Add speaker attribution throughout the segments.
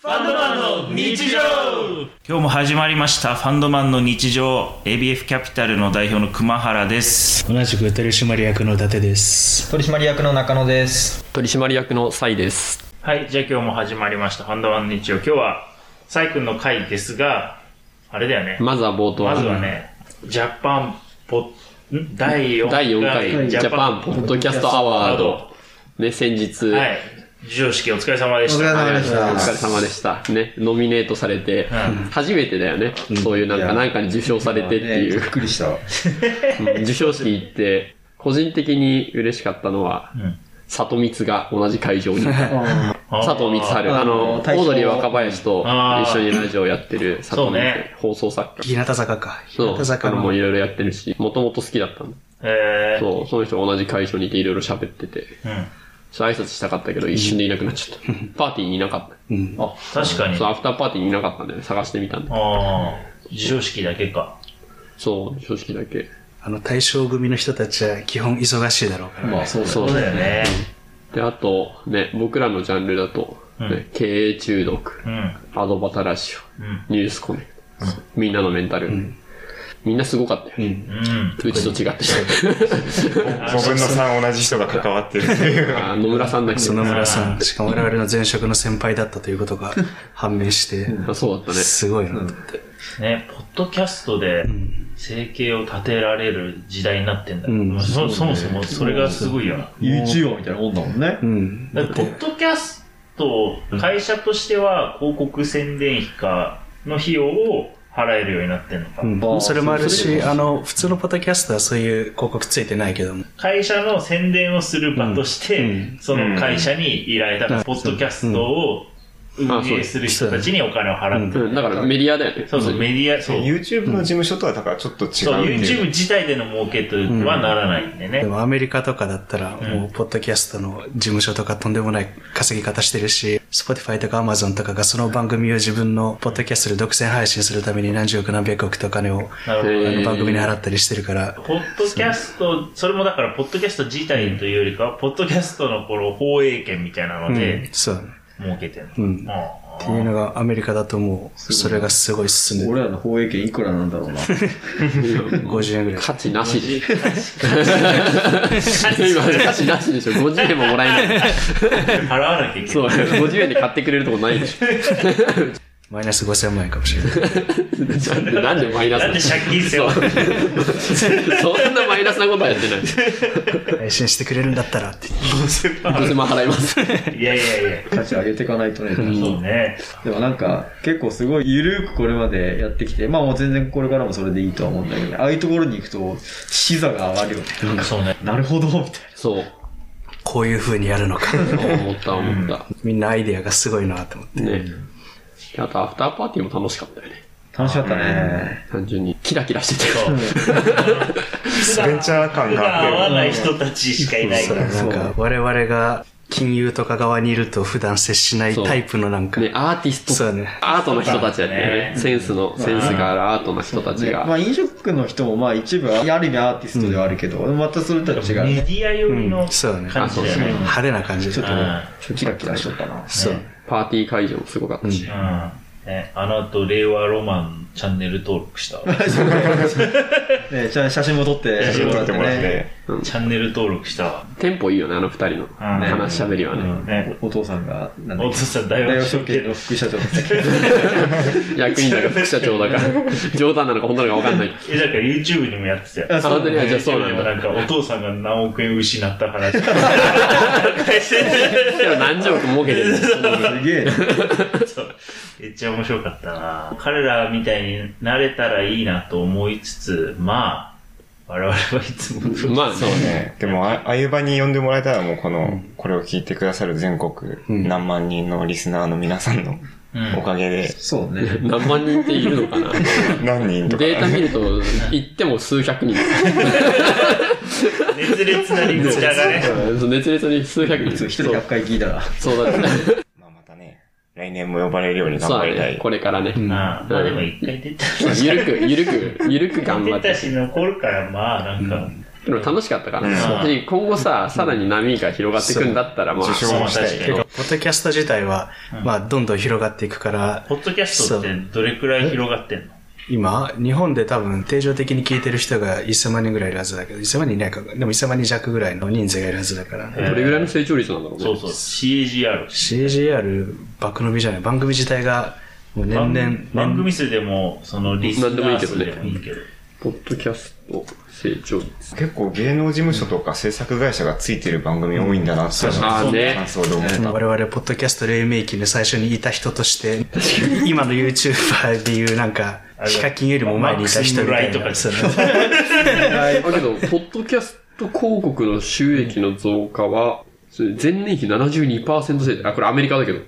Speaker 1: ファンドマンの日常今日も始まりましたファンドマンの日常 ABF キャピタルの代表の熊原です
Speaker 2: 同じく取締役の伊達です
Speaker 3: 取締役の中野です
Speaker 4: 取締役のサイです
Speaker 1: はいじゃあ今日も始まりましたファンドマンの日常今日はサイ君の回ですがあれだよね
Speaker 4: まずは冒頭
Speaker 1: まずはねジャパンポん第4
Speaker 4: 第4回ジャパンポッドキャストアワードね先日、
Speaker 1: はい授賞式お疲れ様でした
Speaker 3: お疲れ様でした
Speaker 4: お疲れ様でした。ね、ノミネートされて、
Speaker 1: うん
Speaker 4: 初めてだよね、そういうなん
Speaker 3: い
Speaker 4: か、
Speaker 3: や
Speaker 4: なんかに受賞されてっていう、
Speaker 3: びっくりしたわ
Speaker 4: うん受賞式行って、個人的に嬉しかったのは、
Speaker 1: ん
Speaker 4: 里光が同じ会 場にいた。佐藤光
Speaker 1: 春
Speaker 4: 春、
Speaker 3: あ
Speaker 4: あの、
Speaker 3: の
Speaker 4: オ
Speaker 3: 大将
Speaker 4: ードリー若林と
Speaker 1: あー
Speaker 4: 一緒にラジオやってる佐藤
Speaker 1: そう
Speaker 4: 光、
Speaker 1: ね
Speaker 4: 放送作家。
Speaker 2: 日向坂か日
Speaker 4: そう
Speaker 2: 向、坂
Speaker 4: あの
Speaker 2: の
Speaker 4: もういろいろやってるし、もともと好きだったの。
Speaker 1: えー
Speaker 4: そう、その人が同じ会場にいていろいろ喋ってて、
Speaker 1: うん、
Speaker 4: ちょっと挨拶したかったけど一瞬でいなくなっちゃった。 パーティーにいなかった。
Speaker 2: うん
Speaker 1: あ確かに
Speaker 4: そう、アフターパーティーにいなかったんだよね。探してみたんだよ。
Speaker 1: ああ授賞式だけか
Speaker 4: そう、正直だけ。
Speaker 2: あの対象組の人たちは基本忙しいだろうから、
Speaker 3: まあそうだ
Speaker 1: そ
Speaker 4: そ
Speaker 1: う
Speaker 4: う
Speaker 1: だよね
Speaker 4: で、あと、ね、僕らのジャンルだと、ね
Speaker 1: うん
Speaker 4: 経営中毒、
Speaker 1: うん
Speaker 4: アドバタラジ
Speaker 1: うん
Speaker 4: オ、ニュースコネクト、みんなのメンタル、みんなすごかったよね。
Speaker 1: うん
Speaker 4: うちと違って。
Speaker 5: 5分の3同じ人が関わってるってい う。
Speaker 4: あー野村さんだけ
Speaker 2: その
Speaker 4: ど。
Speaker 2: 村さんしかも我々の前職の先輩だったということ が判明して
Speaker 4: あそうだったね。
Speaker 2: すごいなと思って、
Speaker 1: ね、ポッドキャストで生計を立てられる時代になってんだ、
Speaker 2: うん
Speaker 1: まあそそもそもそれがすごいよな、
Speaker 3: YouTuber みたいなもんだもんね
Speaker 2: うん、
Speaker 1: だってポッドキャストを会社としては広告宣伝費かの費用を払えるようになってんのか、
Speaker 2: うん、それもあるしあの普通のポッドキャストはそういう広告ついてないけども
Speaker 1: 会社の宣伝をする場として、
Speaker 2: うん
Speaker 1: その会社に依頼だから、
Speaker 2: うん
Speaker 1: ポッドキャストを運営する人たちにお金を払って、
Speaker 4: うん、だからメディアだよね。
Speaker 1: そうそうメディアそう
Speaker 5: YouTube の事務所とはだからちょっと違うって
Speaker 1: そう
Speaker 5: いう。
Speaker 1: YouTube 自体での儲けとはならないんでね、
Speaker 2: でもアメリカとかだったら、もう、ポッドキャストの事務所とかとんでもない稼ぎ方してるし、Spotify とか Amazon とかがその番組を自分のポッドキャストで独占配信するために何十億何百億とお金を、
Speaker 1: なるほど
Speaker 2: あ
Speaker 4: へ
Speaker 2: の
Speaker 4: ー
Speaker 2: 番組に払ったりしてるから、
Speaker 1: ポッドキャスト、それもだから、ポッドキャスト自体というよりかは、ポッドキャストのこの放映権みたいなの
Speaker 2: うん
Speaker 1: で、、
Speaker 2: そうだね。
Speaker 1: 儲けてる
Speaker 2: う
Speaker 1: の。
Speaker 2: ん。っていうのがアメリカだともう、それがすごい進んでる。
Speaker 3: 俺らの放映権いくらなんだろうな
Speaker 2: 50円ぐらい。
Speaker 4: 価値なしで。今、
Speaker 1: 払
Speaker 4: 価値なしでしょ。50円ももらえない。
Speaker 1: わなきゃいけ
Speaker 4: そ
Speaker 1: な
Speaker 4: う、
Speaker 1: い。
Speaker 4: 50円で買ってくれるとこないでし
Speaker 2: マイナス5000万円かもしれない。
Speaker 4: ょ。なんでなんでマイナス
Speaker 1: なんで借金せよ。
Speaker 4: そうそんなマイナスなことはやってない。
Speaker 2: 配信してくれるんだったらって。
Speaker 4: どうせも払います。
Speaker 1: いやいやいや。
Speaker 3: 価値上げていかないとね
Speaker 1: そうね。
Speaker 3: でもなんか結構すごいゆるくこれまでやってきてまあもう全然これからもそれでいいとは思うんだけどああいうところに行くと視座が上がるよね
Speaker 1: そうね。
Speaker 3: なるほどみたい
Speaker 4: そう。
Speaker 2: こういう風にやるのか。
Speaker 4: 思った思った。
Speaker 2: みんなアイデアがすごいなと思って。
Speaker 4: ね。あと、アフターパーティーも楽しかったよね。
Speaker 3: な楽しかったね
Speaker 4: 単純に。キラキラしてたよ。
Speaker 1: そう。
Speaker 5: ベンチャー感
Speaker 1: 普段
Speaker 5: が
Speaker 1: 会
Speaker 5: あ
Speaker 1: わ
Speaker 5: っ
Speaker 1: ない人たちしかいない
Speaker 2: そう
Speaker 1: から。
Speaker 2: なん
Speaker 3: そ
Speaker 2: か
Speaker 3: う
Speaker 2: 我々が金融とか側にいると普段接しない
Speaker 4: そう
Speaker 2: タイプのなんか、
Speaker 4: ね、アーティス
Speaker 2: そう
Speaker 4: ト、
Speaker 2: だね
Speaker 4: アートの人たちだったよ
Speaker 1: う
Speaker 4: ね。
Speaker 1: ん
Speaker 4: センスの、センスがあるアートの人たち
Speaker 3: ねま
Speaker 4: が。
Speaker 3: あ飲食の人もまあ一部ある意味アーティストではあるけど、またそれとは違う
Speaker 1: メデ
Speaker 3: ね
Speaker 1: ィア寄りの
Speaker 2: そうだね
Speaker 1: 感じだよね。
Speaker 2: 派手な感じ
Speaker 3: ちょっと
Speaker 1: うん
Speaker 3: ねキラキラしとったな
Speaker 2: そう、
Speaker 4: パーティー会場もすごかったし。
Speaker 1: うん。ね、あの後、令和ロマンチャンネル登録した。
Speaker 3: ね、じゃあ写真も撮って
Speaker 1: 写真も撮
Speaker 5: てもらって。
Speaker 1: チャンネル登録したわ。
Speaker 4: テンポいいよね、あの二人の話しゃべりは
Speaker 3: う
Speaker 4: ね。
Speaker 3: ん
Speaker 1: ね
Speaker 3: おお父さんがなんだ
Speaker 1: お
Speaker 3: っ
Speaker 1: 父
Speaker 3: け
Speaker 1: さん、大
Speaker 3: 大
Speaker 1: 和
Speaker 3: 和
Speaker 1: 証
Speaker 3: 証
Speaker 1: 券
Speaker 3: 券
Speaker 1: の
Speaker 3: の副社長だったっけ
Speaker 4: 役員だから副社長だから。冗談なのか本当なのか分かんない。
Speaker 1: え、だから YouTube にもやってたよ。
Speaker 4: あ、本当にあじゃあそ
Speaker 1: YouTube
Speaker 4: うな
Speaker 1: に
Speaker 4: ん
Speaker 1: も
Speaker 4: だ。
Speaker 1: なんか、お父さんが何億円失った話。
Speaker 4: でも何十億儲けてるんだよ
Speaker 3: すげえな
Speaker 1: そうめっちゃ面白かったな彼らみたいになれたらいいなと思いつつ、まあ、我々はいつも通り
Speaker 4: まあ
Speaker 5: そう
Speaker 4: ね。
Speaker 5: ね。でも、ああいう場に呼んでもらえたらもうこの、これを聞いてくださる全国何万人のリスナーの皆さんの
Speaker 1: うん
Speaker 5: おか げで、
Speaker 3: そうね
Speaker 4: 何万人っているのかな。
Speaker 5: 何人とか。
Speaker 4: データ見ると、言っても数百人。
Speaker 1: 熱烈なリプチャーがね。
Speaker 4: そう熱烈に数百人。
Speaker 3: そう一人
Speaker 4: そう
Speaker 3: 100回聞いたら
Speaker 4: そうだね。
Speaker 5: まあまたね、来年も呼ばれるように頑
Speaker 4: そうだ
Speaker 5: 張りた
Speaker 4: ね
Speaker 5: い。。
Speaker 4: これからね。
Speaker 1: あまあでも一回出たし、
Speaker 4: ゆるく、ゆるく、ゆるく頑張
Speaker 1: 出
Speaker 4: ったて。
Speaker 1: し残るから、まあなんか、
Speaker 4: でも楽しかったか
Speaker 5: う
Speaker 4: ら。
Speaker 5: ん
Speaker 4: で今後さ、さらに波が広がっていくんだったら、まあ、
Speaker 5: 受賞もしたいけ
Speaker 1: そう
Speaker 5: ど
Speaker 1: 確。
Speaker 2: ポッドキャスト自体は、まあ、どんどん広がっていくから、
Speaker 1: ポッドキャストってどれくらい広がってんの
Speaker 2: 今、日本で多分定常的に聞いてる人が1000万人ぐらいいるはずだけど、1000万人いないか、でも1000万人弱ぐらいの人数がいるはずだから、
Speaker 1: え
Speaker 4: どれぐらいの成長率なんだろうね。
Speaker 1: そうそう、CAGR。
Speaker 2: CGR 爆伸びじゃない、番組自体がもう年々、
Speaker 1: 番番組数でも、そのリスナー数でもいいけど。
Speaker 4: ポッドキャスト成長率。
Speaker 5: 結構芸能事務所とか制作会社がついてる番組多いんだなって、
Speaker 4: ああね
Speaker 5: 感想で思っ
Speaker 2: 年々
Speaker 5: た。
Speaker 2: 我々、ポッドキャスト黎明期の最初にいた人と して、今の YouTuber でいうなんか、ヒカキンよりも前にいた人みたい
Speaker 1: マッ
Speaker 2: な。
Speaker 1: クス
Speaker 2: そ
Speaker 1: の
Speaker 2: の
Speaker 4: だけど、ポッドキャスト広告の収益の増加は、それ前年比72%成長。あ、これアメリカだけど。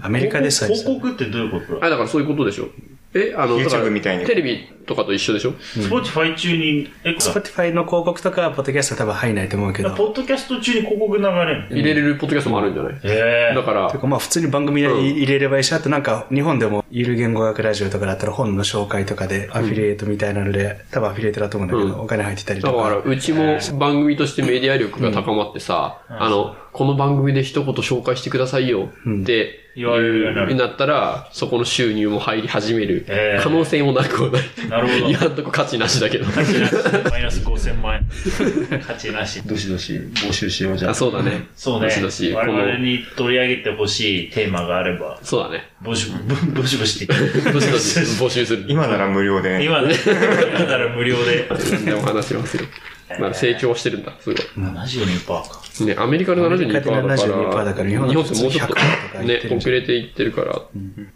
Speaker 2: アメリカでさ、
Speaker 1: 広告ってどういうこと
Speaker 4: あ、だからそういうことでしょ。え、あの、だから
Speaker 5: YouTube みたいに
Speaker 4: テレビとかと一緒でしょ
Speaker 1: ?Spotify 中に、え、
Speaker 2: Spotify の広告とかはポッドキャストは多分入んないと思うけど、
Speaker 1: ポッドキャスト中に広告流れるの
Speaker 4: 入れれるポッドキャストもあるんじゃない
Speaker 1: え
Speaker 4: だから
Speaker 2: て、かまあ普通に番組で
Speaker 4: うん
Speaker 2: 入れればいいし、あとなんか日本でもゆる言語学ラジオとかだったら本の紹介とかでアフィリエイトみたいなので、多分アフィリエイトだと思うんだけど、
Speaker 4: うん
Speaker 2: お金入ってたり
Speaker 4: だ
Speaker 2: と
Speaker 4: から、
Speaker 2: か。
Speaker 4: うちも番組としてメディア力が高まってさ、あの、この番組で一言紹介してくださいよって
Speaker 1: 言われるようになる
Speaker 4: なったら、そこの収入も入り始める
Speaker 1: えー
Speaker 4: 可能性もなくは ない。
Speaker 1: えなるほど。
Speaker 4: 今んとこ価値なしだ けど。
Speaker 1: 価値なし。マイナス5000万円。価値なし。
Speaker 3: どしどし募集しようじゃ
Speaker 4: あ、
Speaker 3: ん。
Speaker 4: そうだね。
Speaker 1: そうね
Speaker 4: どしどし。。こ
Speaker 1: 我々
Speaker 4: の、
Speaker 1: に取り上げてほしいテーマがあれば、
Speaker 4: そうだね。
Speaker 1: ぼし、 ぼぼしぼしって
Speaker 4: どしどし募集する。
Speaker 5: 今なら無料で。
Speaker 1: 今ね、今なら無料で。
Speaker 4: 何でも話しますよ。まあ、成長してるんだ、すごい。
Speaker 1: 72%か。
Speaker 4: ね、アメリカで
Speaker 2: アメリ
Speaker 4: 72%
Speaker 2: カで
Speaker 4: だから、
Speaker 2: 72%だから日
Speaker 4: 日
Speaker 2: 本
Speaker 4: 本
Speaker 2: だ
Speaker 4: って
Speaker 2: と
Speaker 4: もうちょっ
Speaker 2: 100%と
Speaker 4: と
Speaker 2: か言ってる
Speaker 4: ね、
Speaker 2: んじゃん
Speaker 4: 遅れていってるから、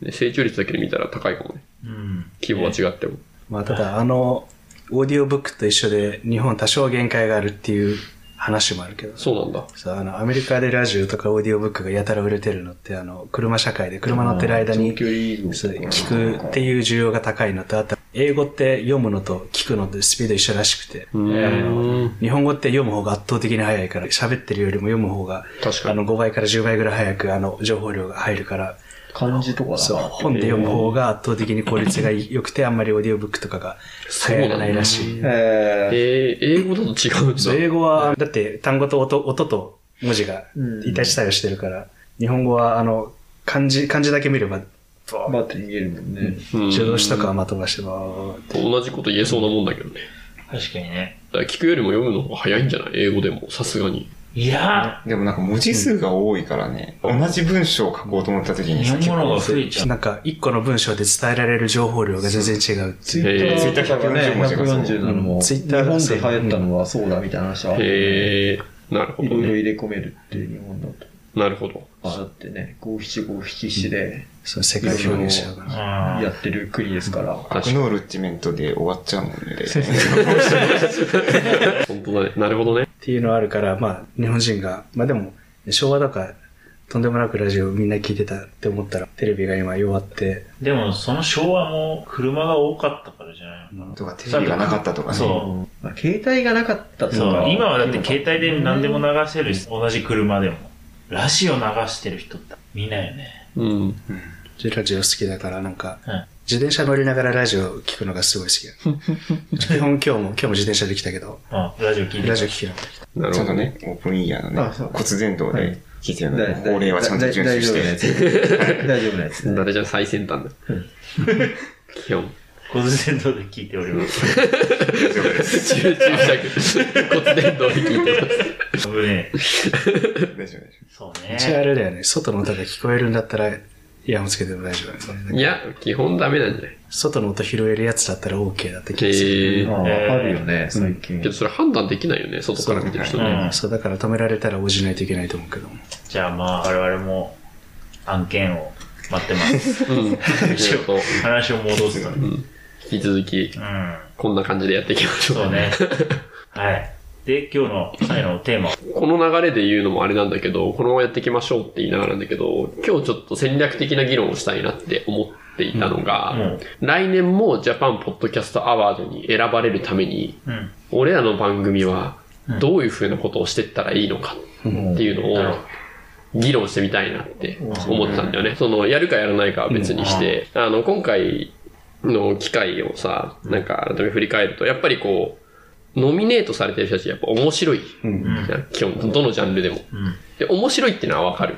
Speaker 4: ね成長率だけで見たら高いかもね。
Speaker 1: うん。
Speaker 4: 規模は違っても。
Speaker 2: まあただ、あの、オーディオブックと一緒で日本多少限界があるっていう話もあるけど。
Speaker 4: そうなんだ。
Speaker 2: そうあのアメリカでラジオとかオーディオブックがやたら売れてるのってあの車社会で車乗ってる間に
Speaker 3: 長距離移動
Speaker 2: そう聞くっていう需要が高いのとあと英語って読むのと聞くのってスピード一緒らしくて
Speaker 4: うーん。
Speaker 2: 日本語って読む方が圧倒的に早いから喋ってるよりも読む方が
Speaker 4: 確か
Speaker 2: あ
Speaker 4: に。
Speaker 2: の5倍から10倍ぐらい早くあの情報量が入るから
Speaker 3: 漢字とかだ
Speaker 2: そう本で読む方が圧倒的に効率が良くてあんまりオーディオブックとかが流行らないらしい。
Speaker 3: えー
Speaker 4: えー、英語だと違うん
Speaker 2: そう
Speaker 4: だ。
Speaker 2: 英語は、だって単語と音音と文字が一体したりしてるから、日本語はあの漢字漢字だけ見れば、
Speaker 3: バーって逃げるもんね。
Speaker 4: うん
Speaker 2: 助動詞とかはまとばしてばーって
Speaker 4: 同じこと言えそうなもんだけどね。
Speaker 1: 確かにね。
Speaker 4: だから聞くよりも読むの方が早いんじゃない英語でも、さすがに。
Speaker 1: いや
Speaker 5: でもなんか文字数が多いからね、同じ文章を書こうと思った時
Speaker 1: ー、
Speaker 5: に
Speaker 1: 日
Speaker 5: さ、
Speaker 1: 本
Speaker 5: 結
Speaker 1: 語の方
Speaker 5: 構
Speaker 1: が増えちゃう。
Speaker 2: なんか一個の文章で伝えられる情報量が全然違うって
Speaker 3: ツイ
Speaker 2: いう。
Speaker 4: へー
Speaker 3: ッターとかね、
Speaker 5: Twitter 140文字
Speaker 3: 140なのも、
Speaker 2: ツイ
Speaker 3: 日
Speaker 2: ッター
Speaker 3: 本で
Speaker 2: そう
Speaker 3: 流行ったのはそうだみたいな話は、い
Speaker 4: へー、なるほど
Speaker 3: ろいろ
Speaker 4: ね。
Speaker 3: 入れ込めるっていう日本だと。
Speaker 4: なるほど。
Speaker 3: あだってね、五七五七七で
Speaker 2: その世界を表現しちゃうから。
Speaker 1: あ
Speaker 3: やってる国ですから。
Speaker 5: アクノールッチメントで終わっちゃうもんね。
Speaker 4: 本当だね。なるほどね。
Speaker 2: っていうのはあるから、まあ、日本人が、まあでも、昭和だから、とんでもなくラジオみんな聞いてたって思ったら、テレビが今弱って、
Speaker 1: でも、その昭和も車が多かったからじゃないのか
Speaker 5: とか、テレビがなかったとか
Speaker 1: な。
Speaker 5: ね。
Speaker 1: そう。
Speaker 3: まあ携帯がなかったと
Speaker 1: そう
Speaker 3: か。
Speaker 1: 今はだって携帯で何でも流せるし、同じ車でも。ラジオ流してる人って見ないよね。
Speaker 4: うん。
Speaker 2: ラジオ好きだから、なんか、
Speaker 1: うん
Speaker 2: 自転車乗りながらラジオ聞くのがすごい好きだ。基本今日も、今日も自転車で来たけど、
Speaker 1: あラジオ聞いて
Speaker 2: ラ
Speaker 1: る。
Speaker 2: ジオ聞きながら来た。
Speaker 4: なる
Speaker 5: ち
Speaker 4: ほ
Speaker 5: ゃんと
Speaker 4: どね。
Speaker 5: ね、オープンイヤーの
Speaker 3: あそう
Speaker 5: ね、骨伝導で聞いてるの
Speaker 3: だ
Speaker 5: で、
Speaker 3: いだい
Speaker 5: 法令はちゃんと遵守して。
Speaker 3: だ大丈夫なやつ。大丈夫なやつ。
Speaker 4: 誰じゃん最先端だ。基本。
Speaker 1: 骨伝導で聞いており ます。
Speaker 4: 注注釈。骨伝導で聞いてます。
Speaker 1: 危ねえ。
Speaker 5: 大丈夫です。
Speaker 1: そう
Speaker 2: 一応あ
Speaker 1: ね。
Speaker 2: れだよね、外の音が聞こえるんだったら、イヤホンつけても大丈夫だね
Speaker 4: いや、基本ダメなんじゃない
Speaker 2: 外の音拾えるやつだったら OK だって気
Speaker 4: へ
Speaker 2: がする。
Speaker 4: え
Speaker 3: あ
Speaker 1: えー
Speaker 3: ああるよね、最近
Speaker 4: け。どそれ判断できないよね、外から見てる人
Speaker 1: そう
Speaker 4: ね。
Speaker 1: ん
Speaker 2: そう、だから止められたら応じないといけないと思うけども。
Speaker 1: じゃあまあ、我々も案件を待ってます。
Speaker 4: うん。 ちょっと、
Speaker 1: 話を戻すのに。うん。
Speaker 4: 引き続き、こんな感じでやっていきましょう。
Speaker 1: そうね。はい。で、今日の最後のテーマ。
Speaker 4: この流れで言うのもあれなんだけど、このままやっていきましょうって言いながらなんだけど、今日ちょっと戦略的な議論をしたいなって思っていたのが、
Speaker 1: うん
Speaker 4: 来年もジャパンポッドキャストアワードに選ばれるために、
Speaker 1: うん。
Speaker 4: 俺らの番組はどういう風なことをしてったらいいのかっていうのを議論してみたいなって思ってたんだよね。その、やるかやらないかは別にして、あの、今回の機会をさ、なんか改めて振り返ると、やっぱりこう、ノミネートされてる人たちやっぱ面白い。
Speaker 2: うん。
Speaker 1: ん
Speaker 4: じゃん基本、どのジャンルでも。
Speaker 1: うん。
Speaker 4: で、面白いってのはわかる。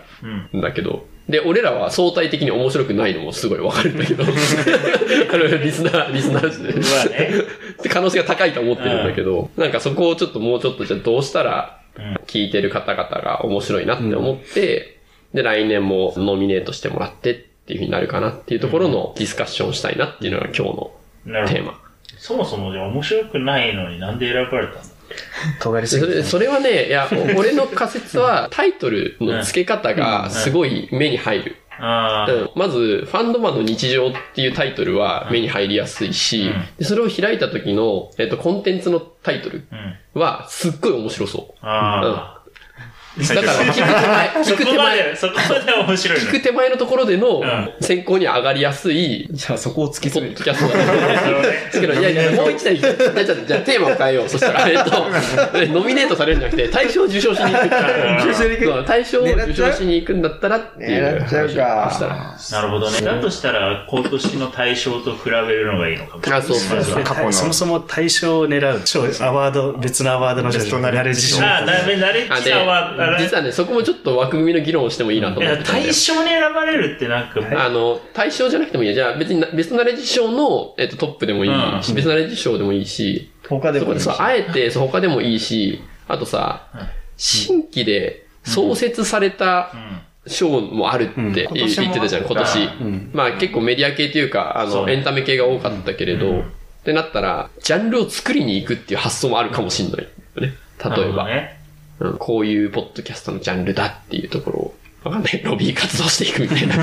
Speaker 1: うん。
Speaker 4: んだけど、で、俺らは相対的に面白くないのもすごいわかるんだけど、 あの、リスナー、リスナーで
Speaker 1: まあね。
Speaker 4: って可能性が高いと思ってるんだけど、なんかそこをちょっともうちょっとじゃあどうしたら
Speaker 1: うん
Speaker 4: 聞いてる方々が面白いなって思って、で、来年もノミネートしてもらってっていう風になるかなっていうところのディスカッションしたいなっていうのが今日の
Speaker 1: なるほ
Speaker 4: テ
Speaker 1: ど
Speaker 4: ー。マ。
Speaker 1: そもそもじゃあ面白くないのになんで選ばれたの
Speaker 2: 尖りす
Speaker 4: そ
Speaker 2: ぎて
Speaker 4: れそれはね、いや、お俺の仮説はタイトルの付け方がすごい目に入る。
Speaker 1: あ
Speaker 4: うんまず、ファンドマンの日常っていうタイトルは目に入りやすい
Speaker 1: う
Speaker 4: し
Speaker 1: ん、
Speaker 4: でそれを開いた時の、えっと、コンテンツのタイトル
Speaker 1: あ。うん。
Speaker 4: はすっごい面白そう。
Speaker 1: あ
Speaker 4: だから、聞く手 前、
Speaker 1: あ。そ
Speaker 4: 聞
Speaker 1: こ
Speaker 4: く手
Speaker 1: ま
Speaker 4: 前、
Speaker 1: で、そこまで面白い
Speaker 4: 聞く手前のところでの
Speaker 1: ん
Speaker 4: 選考に上がりやすい、
Speaker 3: じゃあそこを突き
Speaker 4: ポ
Speaker 3: 詰める
Speaker 4: ッド。キャストだ
Speaker 1: の。なるほどね
Speaker 4: ですけど、いやいや、もう一台、じゃあじゃあじゃあテーマを変えよ う。そしたら、えっと、えノミネートされるんじゃなくて、大賞を受賞しに行く
Speaker 1: ん
Speaker 4: そう
Speaker 1: 受賞
Speaker 3: に行く
Speaker 4: 大賞を受賞しに行くんだったらっていう
Speaker 5: 狙っちゃ
Speaker 4: 話を
Speaker 5: う
Speaker 4: したら。
Speaker 5: か。
Speaker 1: なるほどね。だとしたら、今年の対象と比べるのがいいのかもしれない。
Speaker 4: あそうそうそう
Speaker 5: 過去の
Speaker 2: そもそも対象を狙う、超アワード、別のアワードの
Speaker 5: ベストナレッジ
Speaker 2: 自
Speaker 5: 賞
Speaker 2: 身
Speaker 1: ああ、だめ、ナレッ
Speaker 4: あ
Speaker 1: ジ
Speaker 4: で
Speaker 1: さんは、あ、れ
Speaker 4: 実はね、そこもちょっと枠組みの議論をしてもいいなと
Speaker 1: い
Speaker 4: 思っ
Speaker 1: や
Speaker 4: てたんで
Speaker 1: 対。象に選ばれるってなんか、
Speaker 4: あの、対象じゃなくてもいいよ。じゃあ別になベストナレッジ賞の、えっと、トップでもいいし、
Speaker 1: うん
Speaker 4: ベストナレッジ賞でもいいし、
Speaker 3: 他で
Speaker 4: そ
Speaker 3: も
Speaker 4: こ
Speaker 3: い
Speaker 4: で
Speaker 3: いし
Speaker 4: そう、あえて、そう他でもいいし、あとさ、新規で創設された
Speaker 1: うん
Speaker 4: 賞もあるって
Speaker 2: うん
Speaker 4: 言
Speaker 5: 今年も
Speaker 4: 言ってたじゃん、今
Speaker 1: あ
Speaker 4: 年。
Speaker 2: うん。
Speaker 4: まあ結構メディア系というか、あ
Speaker 1: そ
Speaker 4: の、
Speaker 1: うね
Speaker 4: エンタメ系が多かったけれ
Speaker 1: う
Speaker 4: ど、
Speaker 1: ん
Speaker 4: ってなったら、ジャンルを作りに行くっていう発想もあるかもしんないよね。
Speaker 1: なる
Speaker 4: 例え
Speaker 1: ほど
Speaker 4: ば、
Speaker 1: ね。
Speaker 4: うんこういうポッドキャストのジャンルだっていうところを、わかんない、ロビー活動していくみたい な。う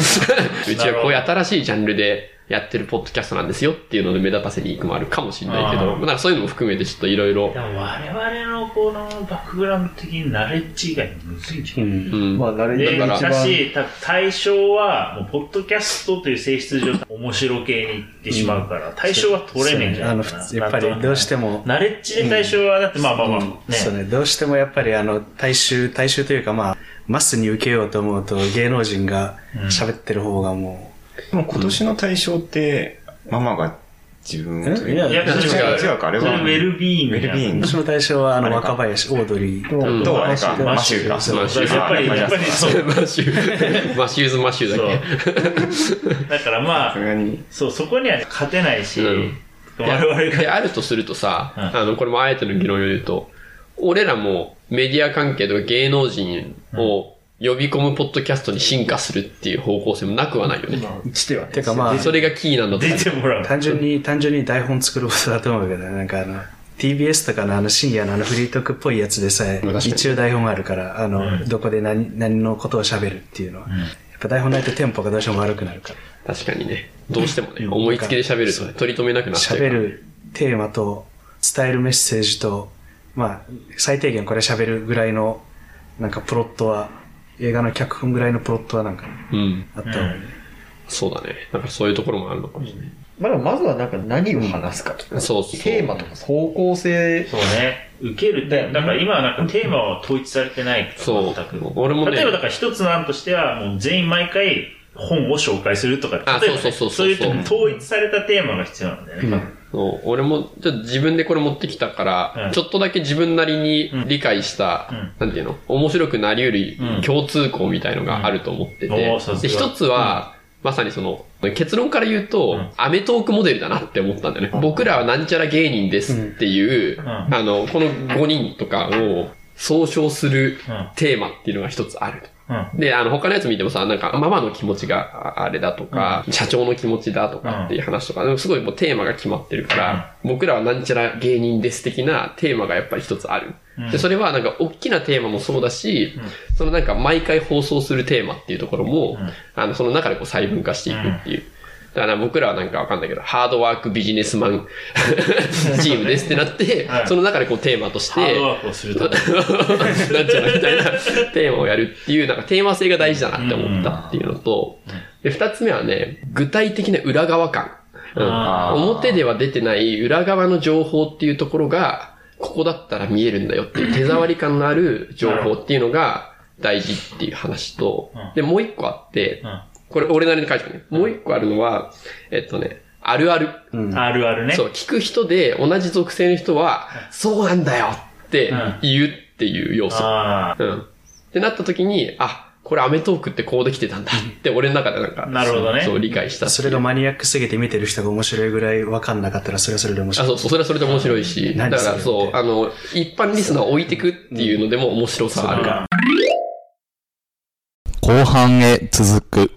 Speaker 4: ちはこういう新しいジャンルでやってるポッドキャストなんですよっていうので目立たせに行くもあるかもしれないけ
Speaker 1: あー
Speaker 4: ど、まあなんかそういうのも含めてちょっといろいろ
Speaker 1: で、も我々のこのバックグラウンド的にナレッジ以外むずいんじゃ。
Speaker 2: うんん。
Speaker 4: うん
Speaker 3: まあ、誰
Speaker 1: で、
Speaker 3: にでも
Speaker 1: だ
Speaker 3: 一番。
Speaker 1: した対象は、もうポッドキャストという性質上、面白系に行ってしまうから、対象は取れねえんじゃ
Speaker 2: あ
Speaker 1: ん
Speaker 2: の、。やっぱりどうしても、
Speaker 1: ナレッジで対象は、だってまあまあまあ、ね。
Speaker 2: そうね、どうしてもやっぱりあの、大衆、大衆というかまあ、マスに受けようと思うと芸能人が喋ってる方がも
Speaker 5: でも今年の対象って、ママが自分を取り
Speaker 2: えいや
Speaker 1: いや、
Speaker 5: 違う
Speaker 1: 違
Speaker 5: 違
Speaker 1: う
Speaker 5: う
Speaker 1: か、
Speaker 5: か
Speaker 1: あ
Speaker 5: あ
Speaker 1: れ
Speaker 5: れ
Speaker 1: は。
Speaker 5: は
Speaker 1: ウェルビーイン
Speaker 5: ウ
Speaker 1: グ
Speaker 5: ェ
Speaker 1: じ
Speaker 5: ル
Speaker 1: ゃん。
Speaker 5: ビーイ
Speaker 2: う、
Speaker 5: ング
Speaker 2: 私の対象はあの、
Speaker 5: あれか
Speaker 2: 若林、オードリー。
Speaker 3: うん
Speaker 5: と、あれか、マシューか。
Speaker 2: そう
Speaker 4: マシュー
Speaker 1: やっぱり、
Speaker 5: あ
Speaker 1: やっぱりそう。
Speaker 4: マシュー、マシューズマシューだっけ。
Speaker 1: そう。だからま
Speaker 5: さ
Speaker 1: あ、
Speaker 5: すがに。
Speaker 1: そう、そこには勝てないし、
Speaker 4: うん
Speaker 1: 我々
Speaker 4: いやで
Speaker 1: が。
Speaker 4: あるとするとさ、
Speaker 1: うん
Speaker 4: あの、これもあえての議論を言うと、俺らもメディア関係とか芸能人を呼び込むポッドキャストに進化するっていう方向性もなくはないよね。
Speaker 3: 一手はね。
Speaker 2: てかまあ
Speaker 4: で、それがキーなんだと思
Speaker 1: 出
Speaker 4: う
Speaker 1: てもらう。
Speaker 2: 単純に、単純に台本作ることだと思うけどね、なんかあの、TBS とかのあの深夜のあのフリートークっぽいやつでさえ
Speaker 4: 確か、に
Speaker 2: 一応台本あるから、あの、
Speaker 1: うん
Speaker 2: どこで何、何のことを喋るっていうのは、やっぱ台本ないとテンポがどうしても悪くなるから。
Speaker 4: 確かにね。どうしてもね、思いつきで喋るとね取り留めなくなっちゃうか
Speaker 2: 喋
Speaker 4: ら。
Speaker 2: るテーマと伝えるメッセージと、まあ、最低限これ喋るぐらいの、なんかプロットは、映画の脚本ぐらいのプロットはなんか
Speaker 4: うん。
Speaker 2: あった方がいいね
Speaker 4: そうだね。なんかそういうところもあるのかもしれない。
Speaker 3: まあでもまずはなんか何を話すかとか、
Speaker 4: そうそう。
Speaker 3: テーマとか方向性、
Speaker 1: そうね。受けるっ
Speaker 3: だ
Speaker 1: て、
Speaker 3: よね
Speaker 1: だから今はなんかテーマは統一されてないから
Speaker 4: そう
Speaker 1: 全く。
Speaker 4: 俺もね
Speaker 1: 例えばだから一つの案としては、もう全員毎回本を紹介するとか、例えば
Speaker 4: あ
Speaker 1: ね、
Speaker 4: そうそうそう
Speaker 1: そ
Speaker 4: そうう
Speaker 1: いう統一されたテーマが必要なんだよね。
Speaker 4: そう俺も、ちょっと自分でこれ持ってきたから、
Speaker 1: うん
Speaker 4: ちょっとだけ自分なりに理解した、なんていうの面白くなりう
Speaker 1: うん
Speaker 4: る共通項みたいのがあると思って
Speaker 1: うんお
Speaker 4: て
Speaker 1: ーさ、すが
Speaker 4: で一つは、まさにその、結論から言うと、
Speaker 1: うん
Speaker 4: アメトークモデルだなって思ったんだよね。僕らはなんちゃら芸人ですっていう、
Speaker 1: ん
Speaker 4: あの、この5人とかを総称する
Speaker 1: うん
Speaker 4: テーマっていうのが一つあると。
Speaker 1: うん。
Speaker 4: で、あの、他のやつ見てもさ、なんか、ママの気持ちがああれだとか、社長の気持ちだとかっていう話とか、でもすごいもうテーマが決まってるから、僕らはなんちゃら芸人です的なテーマがやっぱり一つある。
Speaker 1: うん
Speaker 4: で、それはなんか、大きなテーマもそうだし、そのなんか、毎回放送するテーマっていうところも、
Speaker 1: うん
Speaker 4: あの、その中でこう細分化していくっていう。だから僕らはなんかわかんないけど、ハードワークビジネス マンチームですってなって、
Speaker 1: はい
Speaker 4: その中でこうテーマとして、
Speaker 1: ハードワークをす るとか。
Speaker 4: なんちゃらみたいなテーマをやるっていう、なんかテーマ性が大事だなって思ったっていうのと、で、二つ目はね、具体的な裏側感。うん
Speaker 1: あー
Speaker 4: 表では出てない裏側の情報っていうところが、ここだったら見えるんだよっていう手触り感のある情報っていうのが大事っていう話と
Speaker 1: うん、
Speaker 4: で、もう一個あって
Speaker 1: う、ん
Speaker 4: これ俺なりの解釈ね。もう一個あるのは、えっとね、あるある。
Speaker 2: うん。
Speaker 1: あるあるね。
Speaker 4: そう、聞く人で同じ属性の人は、そうなんだよって言うっていう要素。
Speaker 1: あ
Speaker 4: うん。ってなった時に、あ、これアメトークってこうできてたんだって俺の中でなんか、
Speaker 1: あ、なるほどね。
Speaker 4: そう理解したっていう。
Speaker 2: それがマニアックすぎて見てる人が面白いぐらいわかんなかったら、それはそれで面
Speaker 4: あ、
Speaker 2: 白い。
Speaker 4: そうそう、それはそれで面白いし、だ
Speaker 2: 何
Speaker 4: か
Speaker 2: それ
Speaker 4: らそう、あの、一般リスナーを置いてくっていうのでも面白さはあるから。
Speaker 6: 後半へ続く。